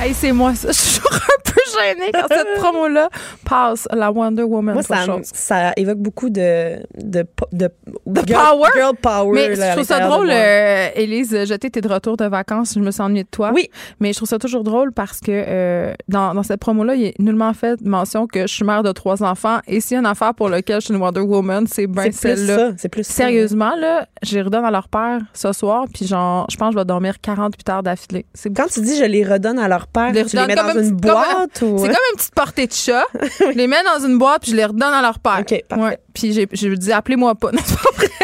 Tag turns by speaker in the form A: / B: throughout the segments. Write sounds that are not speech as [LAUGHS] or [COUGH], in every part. A: Hey, c'est moi, ça. [LAUGHS] Je suis toujours un peu gênée quand
B: [LAUGHS]
A: cette promo-là passe la Wonder Woman.
B: Moi,
A: pour
B: ça,
A: chose.
B: ça évoque beaucoup de, de, po- de,
A: De
B: girl,
A: power.
B: girl power.
A: Mais
B: là, à
A: je trouve ça
B: l'intérieur
A: drôle,
B: de moi.
A: euh, Élise, euh, j'étais t'es de retour de vacances, je me suis ennuyée de toi.
B: Oui.
A: Mais je trouve ça toujours drôle parce que euh, dans, dans cette promo-là, il est nullement fait mention que je suis mère de trois enfants. Et s'il y a une affaire pour laquelle je suis une Wonder Woman, c'est bien
B: c'est plus
A: celle-là.
B: ça. C'est plus ça.
A: Sérieusement, là, j'ai redonne à leur père ce soir, puis genre, je pense que je vais dormir 48 heures d'affilée. C'est
B: Quand tu dis je les redonne à leur père,
A: Je les
B: tu les
A: redonne
B: mets
A: comme
B: dans
A: un
B: une
A: petit- [LAUGHS] comme un-
B: boîte ou. euh,
A: C'est comme une petite portée de chat. je les mets dans une boîte puis je les redonne à leur père.
B: OK, parfait.
A: Ouais. Puis j'ai- je lui dis appelez-moi pas. [LAUGHS]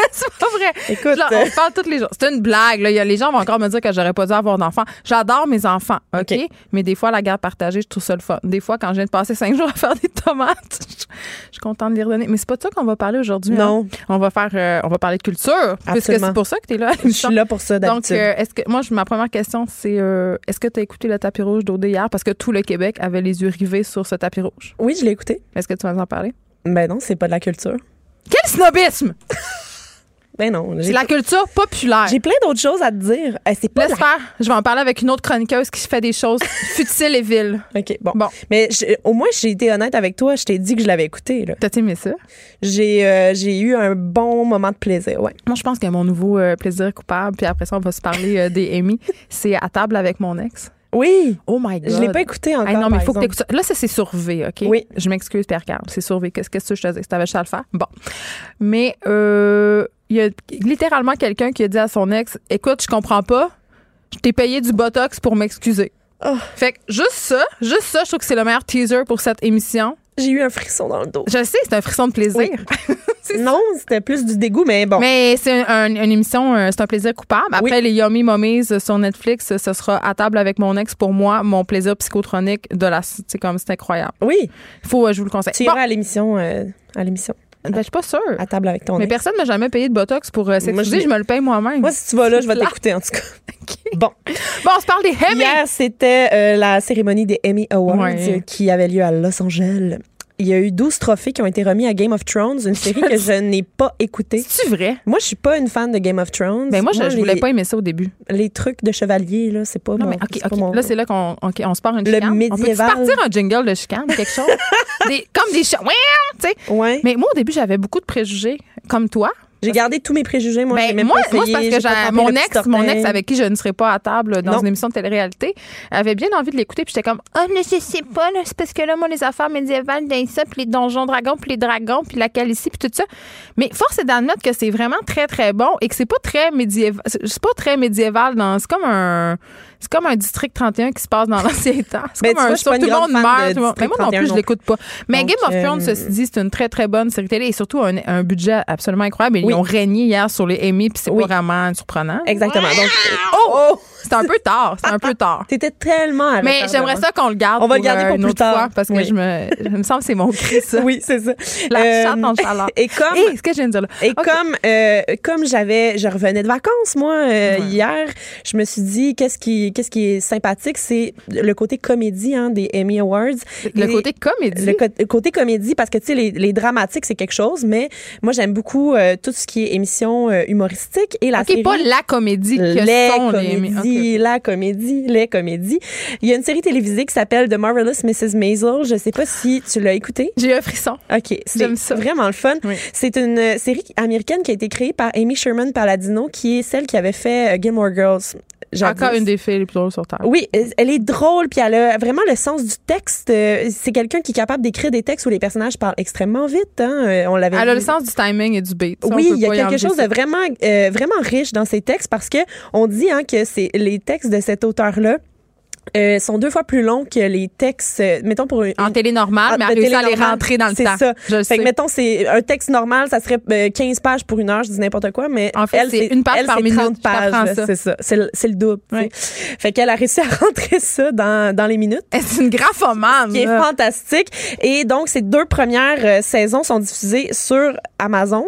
A: Non, c'est pas vrai, c'est pas vrai.
B: [LAUGHS] Écoute, euh.
A: Genre, on se parle tous les jours. C'est une blague. Là. Il y a- Les gens vont encore me dire que j'aurais pas dû avoir d'enfants. J'adore mes enfants, OK?
B: OK.
A: Mais des fois, la garde partagée, je trouve ça le fun. Des fois, quand je viens de passer cinq [LAUGHS] jours à faire des tomates, je je suis contente de les redonner. Mais c'est pas de ça qu'on va parler aujourd'hui.
B: Non.
A: hein? On va faire, euh, on va parler de culture. Puisque
B: Absolument.
A: c'est pour ça que tu es là.
B: Je suis là pour ça
A: Donc,
B: d'habitude.
A: euh, est-ce que moi, je- ma première question, c'est euh, est-ce que tu as écouté le tapis rouge d'OD hier parce que tout le Québec avait les yeux rivés sur ce tapis rouge?
B: oui, je l'ai écouté.
A: Est-ce que tu vas en parler?
B: Ben non, c'est pas de la culture.
A: Quel snobisme!
B: Ben non.
A: C'est
B: J'ai
A: la culture populaire.
B: j'ai plein d'autres choses à te dire. Eh, c'est pas
A: Laisse
B: la...
A: faire. Je vais en parler avec une autre chroniqueuse qui fait des [LAUGHS] choses futiles et viles.
B: OK, bon.
A: Bon.
B: Mais je- au moins, j'ai été honnête avec toi. Je t'ai dit que je l'avais écouté. là.
A: T'as aimé ça?
B: J'ai euh, j'ai eu un bon moment de plaisir. Ouais.
A: Moi, je pense que mon nouveau euh, plaisir coupable, puis après ça, on va se parler euh, des Amy, c'est à table avec mon ex.
B: Oui.
A: Oh my God.
B: Je l'ai pas écouté encore.
A: Hey, non, mais il faut que
B: par exemple.
A: t'écoutes ça. Là, ça, c'est sur V, OK?
B: Oui.
A: Je m'excuse, Pierre Carl. C'est sur V. Qu'est-ce qu'est-ce que je te dis? T'avais juste à le faire? Bon. Mais, euh, il y a littéralement quelqu'un qui a dit à son ex Écoute, je comprends pas. Je t'ai payé du botox pour m'excuser.
B: Oh.
A: Fait que juste ça, juste ça, je trouve que c'est le meilleur teaser pour cette émission.
B: J'ai eu un frisson dans le dos.
A: Je sais, c'est un frisson de plaisir.
B: Oui.
A: [LAUGHS]
B: Non, c'était plus du dégoût, mais bon.
A: Mais c'est un- une émission, euh, c'est un plaisir coupable. Après les Yummy Mommies euh, sur Netflix, euh, ce sera à table avec mon ex pour moi, mon plaisir psychotronique de la. C'est comme, c'est incroyable.
B: Oui,
A: Faut, euh, je vous le conseille.
B: tu
A: Bon.
B: iras à l'émission, euh, à l'émission,
A: Ben, je suis pas sûre.
B: à table avec ton
A: Mais
B: ex.
A: personne m'a jamais payé de Botox pour euh, s'excuser.
B: l'ai-
A: je, me le paye moi-même.
B: Moi, si tu vas là, je vais
A: Là.
B: t'écouter en tout cas.
A: [LAUGHS]
B: Bon,
A: Bon, on se parle des Emmy.
B: hier c'était euh, la cérémonie des Emmy Awards
A: Ouais.
B: euh, qui avait lieu à Los Angeles. Il y a eu 12 trophées qui ont été remis à Game of Thrones, une série que je n'ai pas écoutée.
A: C'est-tu vrai?
B: Moi, je suis pas une fan de Game of Thrones.
A: Ben moi, je, je
B: les-
A: voulais pas aimer ça au début.
B: les trucs de chevalier là, c'est pas
A: Non,
B: mon.
A: mais OK,
B: c'est pas
A: OK.
B: mon-
A: Là, c'est là qu'on ok, on se part une
B: Le
A: chicane.
B: médiéval.
A: On peut partir un jingle de chicane, quelque
B: [LAUGHS]
A: chose? Des- comme des chiens. tu sais.
B: Ouais.
A: Mais moi, au début, j'avais beaucoup de préjugés, comme toi.
B: J'ai gardé tous mes préjugés. Moi, j'ai
A: Ben,
B: même
A: moi,
B: pas essayé,
A: moi, c'est parce
B: j'ai
A: que
B: pas
A: j'ai-
B: trempé
A: mon
B: le petit
A: ex, mon
B: orteil.
A: ex avec qui je ne serais pas à table dans
B: Non.
A: une émission de télé-réalité, avait bien envie de l'écouter. Puis j'étais comme, ah, mais je sais pas, là, c'est parce que là, moi, les affaires médiévales, dans ça, puis les donjons dragons, puis les dragons, puis la calicie, puis tout ça. Mais force est d'admettre que c'est vraiment très, très bon et que c'est pas très médiéval. C'est c'est pas très médiéval dans. C'est comme un. C'est comme un district 31 qui se passe dans [LAUGHS] l'ancien temps. C'est comme
B: Ben, tu
A: un
B: vois, je suis pas
A: show.
B: une
A: Tout le
B: grande
A: monde
B: fan de
A: meurt. tout le monde- Mais
B: District
A: moi non
B: 31
A: plus, je
B: non
A: l'écoute pas. Mais
B: Donc,
A: Game of Thrones,
B: euh,
A: ceci dit, c'est une très, très bonne série télé et surtout un, un budget absolument incroyable. Ils
B: Oui.
A: ont régné hier sur les Emmy, puis c'est
B: Oui.
A: pas vraiment surprenant.
B: Exactement. Donc, euh,
A: Oh! C'était un peu tard. C'était un peu
B: [LAUGHS]
A: tard.
B: t'étais tellement. à
A: Mais
B: retard,
A: j'aimerais
B: vraiment.
A: ça qu'on le garde.
B: On va le garder
A: euh,
B: pour
A: une
B: plus
A: autre
B: tard.
A: fois, parce que
B: Oui.
A: je me. Je me semble que c'est mon cri,
B: [LAUGHS]
A: ça.
B: Oui, c'est ça.
A: La
B: Euh,
A: chatte en chaleur.
B: Et comme,
A: Hé, ce que je viens de dire là.
B: et
A: Ok.
B: comme, euh, comme j'avais, je revenais de vacances moi euh,
A: Ouais.
B: hier, je me suis dit qu'est-ce qui, qu'est-ce qui est sympathique, c'est le côté comédie hein, des Emmy Awards.
A: Le
B: Et-
A: côté comédie.
B: le, co- le côté comédie parce que tu sais les, les dramatiques c'est quelque chose, mais moi j'aime beaucoup euh, tout ce qui est émission euh, humoristique et la
A: OK,
B: série.
A: pas la comédie que
B: les
A: sont les
B: comédies,
A: Emmy. OK.
B: la comédie, les comédies. Il y a une série télévisée qui s'appelle The Marvelous Mrs. Maisel. Je sais pas si tu l'as écoutée.
A: J'ai eu un frisson.
B: OK,
A: J'aime
B: c'est
A: ça.
B: vraiment le fun.
A: Oui.
B: C'est une euh, série américaine qui a été créée par Amy Sherman Palladino, qui est celle qui avait fait euh, Gilmore Girls. Jadis.
A: Encore une des filles les plus drôles sur Terre.
B: Oui, euh, elle est drôle, puis elle a vraiment le sens du texte. Euh, C'est quelqu'un qui est capable d'écrire des textes où les personnages parlent extrêmement vite. Hein. Euh, On l'avait
A: Elle a le
B: vu.
A: sens du timing et du beat. Ça, on
B: Oui,
A: peut
B: il y a
A: pas
B: quelque
A: enlever
B: chose
A: ça.
B: de vraiment, euh, vraiment riche dans ces textes parce que on dit hein, que c'est les textes de cet auteur-là euh, sont deux fois plus longs que les textes, euh, mettons pour une,
A: En télé normale,
B: ah,
A: mais
B: de
A: elle réussit à les
B: télénormale.
A: rentrer dans le
B: C'est
A: temps.
B: ça.
A: Je le
B: Fait que,
A: sais.
B: mettons, c'est un texte normal, ça serait euh, 15 pages pour une heure, je dis n'importe quoi, mais
A: En fait,
B: elle,
A: c'est une page
B: elle,
A: par
B: c'est
A: minute,
B: 30
A: je t'apprends
B: pages,
A: ça.
B: c'est ça. C'est le, c'est le double. tu sais.
A: Ouais.
B: Fait qu'elle a réussi à [LAUGHS] rentrer ça dans, dans les minutes
A: [LAUGHS] C'est une graphomane.
B: qui est
A: là.
B: fantastique. Et donc, ces deux premières euh, saisons sont diffusées sur Amazon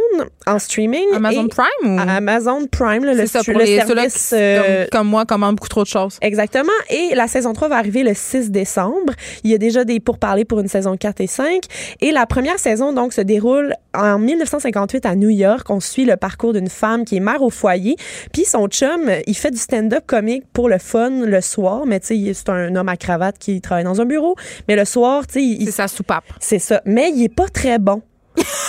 B: en streaming.
A: Amazon
B: et-
A: Prime ou?
B: à Amazon Prime, là, le,
A: C'est ça
B: stu-
A: pour
B: le
A: les ceux-là qui,
B: service. euh,
A: comme, comme moi, commandent beaucoup trop de choses.
B: Exactement. Et la saison 3 va arriver le 6 décembre. Il y a déjà des pourparlers pour une saison 4 et 5. Et la première saison, donc, se déroule en 1958 à New York. On suit le parcours d'une femme qui est mère au foyer. Puis son chum, il fait du stand-up comique pour le fun le soir. Mais tu sais, il- c'est un homme à cravate qui travaille dans un bureau. Mais le soir, tu sais, il-
A: C'est sa soupape.
B: c'est ça. Mais il est pas très bon.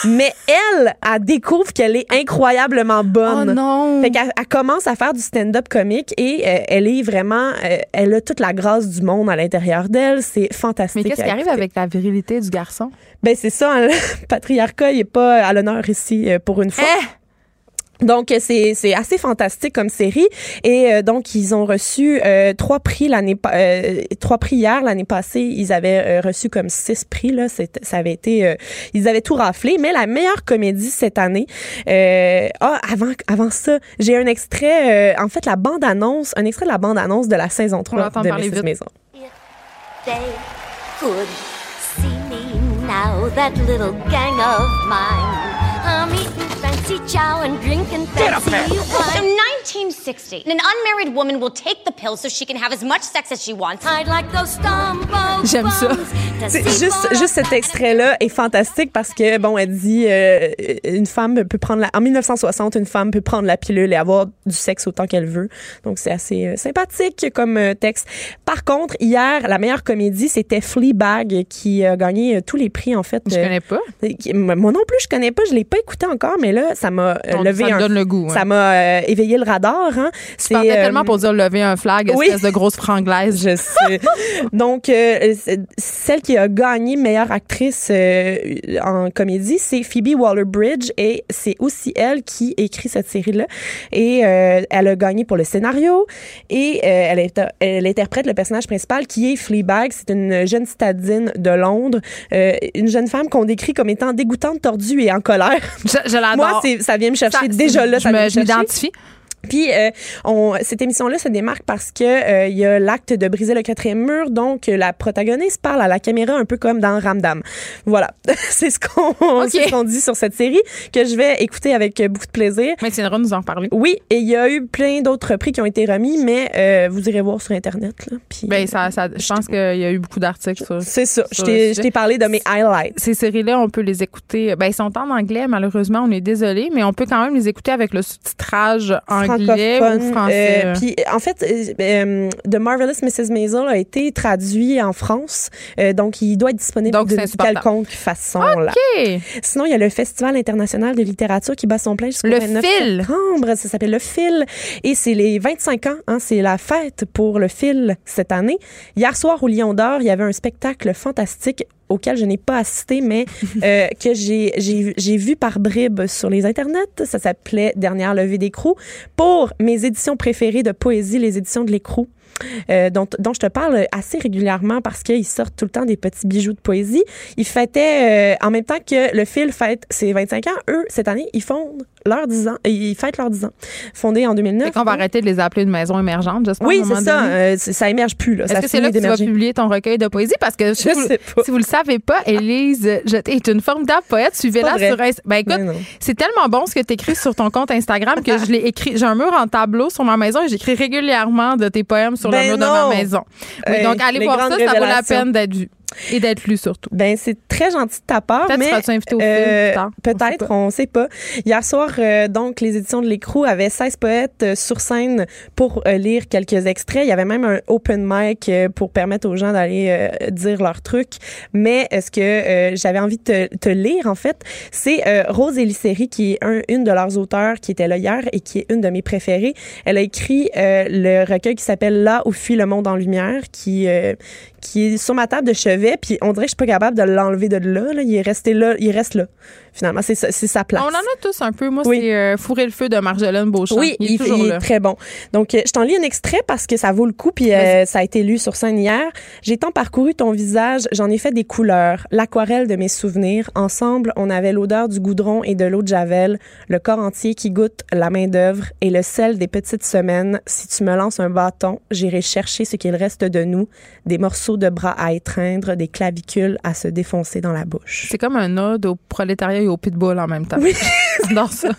B: Mais elle, elle découvre qu'elle est incroyablement bonne.
A: Oh non!
B: Fait qu'elle elle commence à faire du stand-up comique et euh, elle est vraiment, euh, elle a toute la grâce du monde à l'intérieur d'elle. C'est
A: Mais
B: fantastique.
A: qu'est-ce qui
B: à
A: arrive
B: écouter.
A: avec la virilité du garçon?
B: Ben c'est ça, hein, le [LAUGHS] patriarcat il est pas à l'honneur ici euh, pour une fois.
A: Hein?
B: Donc euh, c'est c'est assez fantastique comme série et euh, donc ils ont reçu euh, trois prix l'année pa- euh, trois prix hier l'année passée ils avaient euh, reçu comme six prix là C'est- ça avait été euh, ils avaient tout raflé mais la meilleure comédie cette année euh, ah avant avant ça j'ai un extrait euh, en fait la bande annonce un extrait de la bande annonce de la saison 3
A: l'entend
B: de
A: parler
B: Mrs
A: vite.
B: Maison
C: If they could see me now, that little gang of mine. I'm eating fancy chow and drinking fancy
D: So
C: wine.
D: 1960, an unmarried woman will take the pill so she can have as much sex as she wants.
C: I'd like those stombo
A: J'aime ça.
B: C'est juste, juste cet extrait-là est fantastique parce que, bon, elle dit euh, une femme peut prendre la. En 1960, une femme peut prendre la pilule et avoir du sexe autant qu'elle veut. Donc, c'est assez euh, sympathique comme euh, texte. Par contre, hier, la meilleure comédie, c'était Fleabag qui a gagné euh, tous les prix, en fait.
A: Je
B: euh,
A: connais pas.
B: qui- Moi non plus, je connais pas, je l'ai pas écouté encore, mais là, ça m'a euh,
A: Donc,
B: levé
A: ça
B: un.
A: me donne le goût, ouais.
B: Ça m'a euh, éveillé le radar, hein.
A: Tu
B: C'est
A: partais
B: euh,
A: tellement pour dire lever un flag,
B: oui.
A: espèce de grosse franglaise.
B: je sais. Donc, euh, c'est- celle qui a gagné meilleure actrice euh, en comédie, c'est Phoebe Waller-Bridge et c'est aussi elle qui écrit cette série-là. Et euh, elle a gagné pour le scénario et euh, elle, inter- elle interprète le personnage principal qui est Fleabag. C'est une jeune citadine de Londres, euh, une jeune femme qu'on décrit comme étant dégoûtante, tordue et en colère.
A: Je, je l'adore.
B: Moi, c'est- ça vient me chercher
A: Ah Ça-
B: déjà là.
A: je
B: ça vient
A: me-
B: me
A: je
B: chercher.
A: m'identifie.
B: Puis euh, on, cette émission-là se démarque parce que euh, il y a l'acte de briser le quatrième mur, donc euh, la protagoniste parle à la caméra un peu comme dans Ramdam. Voilà, [LAUGHS] c'est ce qu'on
A: Ok.
B: c'est ce qu'on dit sur cette série que je vais écouter avec euh, beaucoup de plaisir.
A: Mais tiendra nous en parler.
B: Oui, et il y a eu plein d'autres prix qui ont été remis, mais euh, vous irez voir sur internet. Là, puis,
A: Ben, ça, ça- je pense qu'il y a eu beaucoup d'articles sur.
B: c'est ça. Je
A: sur le
B: t'ai- je
A: sujet.
B: t'ai parlé de mes highlights.
A: Ces séries-là, on peut les écouter. Ben, ils sont en anglais, malheureusement, on est désolé, mais on peut quand même les écouter avec le sous-titrage anglais ou
B: francophone.
A: français.
B: euh, puis en fait, euh, euh, The Marvelous Mrs. Maisel a été traduit en France, euh, donc il doit être disponible
A: Donc, c'est
B: d'une
A: insupportable.
B: quelconque façon. Là.
A: OK.
B: Sinon, il y a le Festival international de littérature qui bat son plein jusqu'au
A: Le
B: 29
A: Fil.
B: septembre. Ça s'appelle le Fil et c'est les 25 ans. hein, c'est la fête pour le Fil cette année. Hier soir au Lion d'Or, il y avait un spectacle fantastique auquel je n'ai pas
A: [LAUGHS]
B: assisté, mais euh, que j'ai- j'ai j'ai vu par bribes sur les internets. Ça s'appelait Dernière levée d'écrou pour mes éditions préférées de poésie, les éditions de l'écrou. euh, dont, dont je te parle assez régulièrement parce qu'ils sortent tout le temps des petits bijoux de poésie. Ils fêtaient, euh, en même temps que le fil fête ses 25 ans, eux, cette année, ils fondent leurs 10 ans. euh, Ils fêtent leurs 10 ans. Fondés en 2009.
A: Fait qu'on va
B: donc.
A: arrêter de les appeler une maison émergente, j'espère. à
B: Oui,
A: un moment
B: c'est ça.
A: donné.
B: euh, c'est- ça émerge plus. Là.
A: Est-ce
B: Ça
A: que c'est
B: finit
A: là que tu vas
B: d'émerger.
A: publier ton recueil de poésie? Parce que si,
B: Je
A: vous,
B: sais pas.
A: si vous le savez pas, Élise Jeté est une formidable poète. Suivez-la
B: C'est pas
A: sur Insta- Ben
B: Mais
A: écoute,
B: non.
A: c'est tellement bon ce que tu écris sur ton compte Instagram que je l'ai écrit. J'ai un mur en tableau sur ma maison et j'écris régulièrement de tes poèmes sur
B: Ben
A: le mur
B: non.
A: de ma maison. Oui,
B: Hey,
A: donc allez
B: les
A: voir ça,
B: grandes
A: ça vaut la
B: révélations.
A: peine d'être vu et d'être lu surtout.
B: Ben, c'est très gentil de ta part.
A: Peut-être
B: mais, euh,
A: seras-tu invité au film plus tard. On sait
B: Peut-être, on sait pas. Hier soir, euh, donc, les éditions de l'écrou avaient 16 poètes euh, sur scène pour euh, lire quelques extraits. Il y avait même un open mic euh, pour permettre aux gens d'aller euh, dire leurs trucs. Mais est ce que euh, j'avais envie de te, te lire, en fait, c'est euh, Rose Elisséry, qui est un- une de leurs auteurs qui était là hier et qui est une de mes préférées. Elle a écrit euh, le recueil qui s'appelle Là où fuit le monde en lumière, qui, euh, qui est sur ma table de chevet, puis on dirait que je suis pas capable de l'enlever de là, là. Il est resté là, il reste là. Finalement, c'est sa- c'est sa place.
A: On en a tous un peu. Moi,
B: Oui.
A: c'est euh, Fourrer le feu de Marjolaine Beauchamp.
B: Oui,
A: il est toujours là.
B: très bon. Donc, euh, je t'en lis un extrait parce que ça vaut le coup, puis euh, ça a été lu sur scène hier. J'ai tant parcouru ton visage, j'en ai fait des couleurs, l'aquarelle de mes souvenirs. Ensemble, on avait l'odeur du goudron et de l'eau de javel, le corps entier qui goûte la main d'œuvre et le sel des petites semaines. Si tu me lances un bâton, j'irai chercher ce qu'il reste de nous, des morceaux de bras à étreindre, des clavicules à se défoncer dans la bouche.
A: C'est comme un ode au prolétariat et au pitbull en même temps. [LAUGHS] J'adore ça.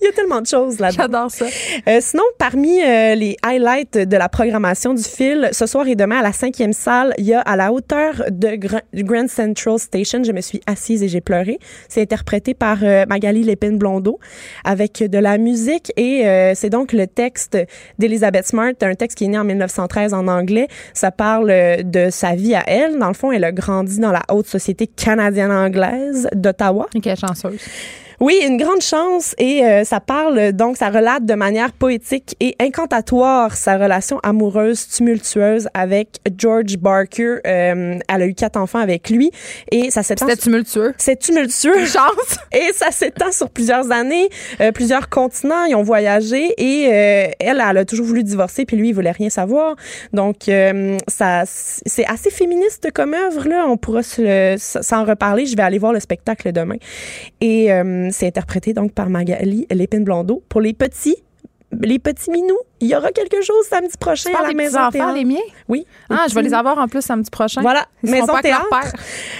B: Il y a tellement de choses là-dedans.
A: J'adore ça.
B: Euh, sinon, parmi euh, les highlights de la programmation du fil, ce soir et demain à la cinquième salle, il y a à la hauteur de Gr- du Grand Central Station, je me suis assise et j'ai pleuré. C'est interprété par euh, Magali Lépine Blondeau avec de la musique et euh, c'est donc le texte d'Elizabeth Smart, un texte qui est né en 1913 en anglais. Ça parle euh, de sa vie à elle. Dans le fond, elle a grandi dans la haute société canadienne-anglaise d'Ottawa.
A: Ok, chanceuse.
B: Oui, une grande chance et euh, ça parle euh, donc ça relate de manière poétique et incantatoire sa relation amoureuse tumultueuse avec George Barker. Euh, elle a eu quatre enfants avec lui et ça s'étend.
A: C'était
B: sur-
A: tumultueux.
B: C'est tumultueux.
A: Chance.
B: Et ça s'étend sur plusieurs années, euh, plusieurs continents. Ils ont voyagé et euh, elle, elle a toujours voulu divorcer, puis lui, il voulait rien savoir. Donc, euh, ça, c'est assez féministe comme œuvre là. On pourra se le- s'en reparler. Je vais aller voir le spectacle demain. Et euh, c'est interprété donc par Magali Lépine Blondeau. Pour les petits, les petits minous, il y aura quelque chose samedi prochain
A: Tu
B: à
A: parles
B: la
A: des petits
B: maison.
A: enfants,
B: Théâtre.
A: les miens?
B: Oui.
A: Ah, je vais
B: petits
A: les avoir en plus samedi prochain.
B: voilà,
A: Ils seront
B: Maison
A: pas avec leur
B: Théâtre.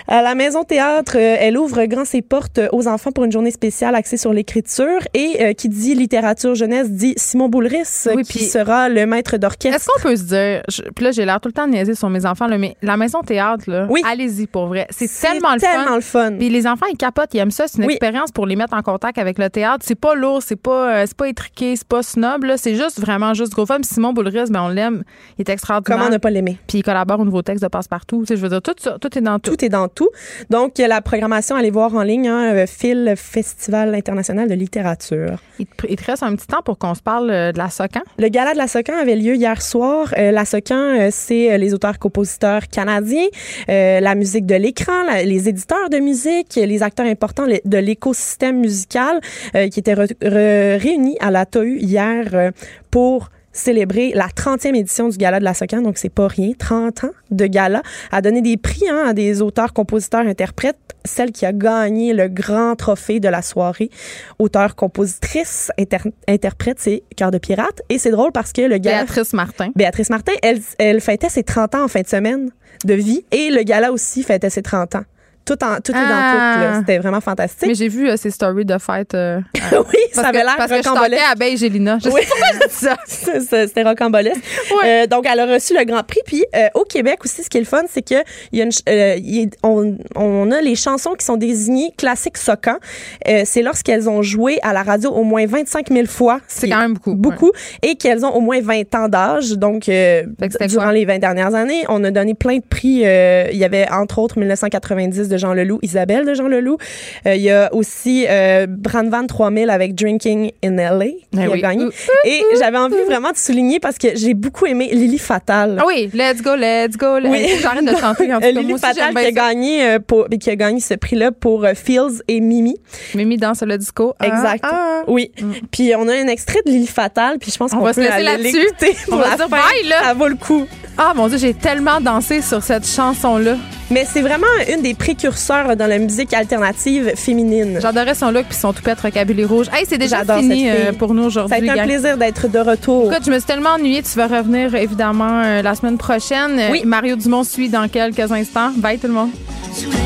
B: À la Maison Théâtre, euh, elle ouvre grand ses portes euh, aux enfants pour une journée spéciale axée sur l'écriture et euh, qui dit littérature jeunesse dit Simon Boulris euh,
A: Oui,
B: qui
A: puis-
B: sera le maître
A: Est-ce
B: d'orchestre.
A: qu'on peut se dire, je- puis là j'ai l'air tout le temps de niaiser sur mes enfants, là, mais la maison théâtre, là,
B: Oui.
A: allez-y pour vrai. C'est tellement le fun.
B: le fun.
A: Puis les enfants, ils capotent, ils aiment ça. C'est une
B: Oui.
A: expérience pour les mettre en contact avec le théâtre. C'est pas lourd, c'est pas, euh, c'est pas étriqué, c'est pas snob. là. C'est juste vraiment juste gros fun. Puis Simon Boulris, ben, on l'aime. Il est extraordinaire.
B: Comment ne pas l'aimer?
A: Puis il collabore au nouveau texte de Passe-Partout. Tu sais, je veux dire, tout ça, tout est dans tout.
B: Tout est dans tout. Donc, euh, la programmation, allez voir en ligne, hein, euh, Phil Festival international de littérature.
A: Il, te, il te reste un petit temps pour qu'on se parle euh, de la Socan.
B: Le gala de la Socan avait lieu hier soir. Euh, la Socan, euh, c'est euh, les auteurs-compositeurs canadiens, euh, la musique de l'écran, la- les éditeurs de musique, les acteurs importants le- de l'écosystème musical euh, qui étaient re- re- réunis à la TOU hier euh, pour célébrer la 30e édition du Gala de la Socan, donc c'est pas rien, 30 ans de gala, à donner des prix hein, à des auteurs, compositeurs, interprètes, celle qui a gagné le grand trophée de la soirée, auteur, compositrice, inter- interprète, c'est Cœur de pirate, et c'est drôle parce que le gala...
A: Béatrice Martin.
B: Béatrice Martin, elle, elle fêtait ses 30 ans en fin de semaine de vie, et le gala aussi fêtait ses 30 ans. Tout, en, tout est
A: Ah.
B: dans tout, là. C'était vraiment fantastique. [LAUGHS]
A: Mais j'ai vu euh, ses stories de fête. euh,
B: oui, [LAUGHS] ça
A: parce
B: avait
A: que-
B: l'air
A: Parce que je
B: rocambolesque.
A: tentais à Beige et Lina. Je
B: Oui.
A: sais pourquoi je dis
B: [LAUGHS]
A: ça.
B: C'est- c'est- C'était rocambolesque.
A: Ouais.
B: Euh, donc, elle a reçu le Grand Prix. Puis, euh, au Québec aussi, ce qui est le fun, c'est que il y a une ch- euh, il y a- on, on a les chansons qui sont désignées classiques soquants. Euh, c'est lorsqu'elles ont joué à la radio au moins 25 000 fois. ce
A: C'est
B: qui
A: quand
B: est
A: même beaucoup,
B: Beaucoup. Et qu'elles ont au moins 20 ans d'âge. Donc, euh,
A: Fait que c'était
B: durant
A: quoi?
B: les 20 dernières années, on a donné plein de prix. Euh, il y avait, entre autres, 1990 de Jean Leloup, Isabelle de Jean Leloup. Euh, il y a aussi euh, Brandvan 3000 avec Drinking in L.A. qui
A: Ben
B: a
A: oui.
B: gagné.
A: Ouh.
B: Et j'avais envie vraiment de souligner parce que j'ai beaucoup aimé Lily Fatal.
A: Ah oui, let's go, let's go. let's
B: Oui.
A: go. J'arrête de chanter en tout cas.
B: Euh, Lily
A: Moi aussi,
B: Fatal
A: j'aime
B: qui a,
A: bien ça.
B: gagné, euh, pour, qui a gagné ce prix-là pour euh, Fields et Mimi.
A: Mimi danse le disco. Ah,
B: Exact.
A: ah.
B: Oui. Puis on a un extrait de Lily Fatal, puis je pense
A: On
B: qu'on
A: va se
B: peut
A: laisser
B: aller
A: là-dessus.
B: l'écouter
A: On
B: pour
A: va
B: la
A: dire
B: fin.
A: bye, là.
B: Ça vaut le coup.
A: Ah mon dieu, j'ai tellement dansé sur cette chanson-là.
B: Mais c'est vraiment une des précurseurs euh, dans la musique alternative féminine.
A: J'adorais son look puis son toupette rockabilly rouge. Hey, c'est déjà
B: J'adore
A: fini
B: cette fille.
A: euh, pour nous
B: Ça a
A: aujourd'hui.
B: été un
A: gang.
B: plaisir d'être de retour.
A: Écoute, je me suis tellement ennuyée. Tu vas revenir évidemment euh, la semaine prochaine.
B: Oui.
A: Euh, Mario Dumont suit dans quelques instants. Bye tout le monde.
C: Sous les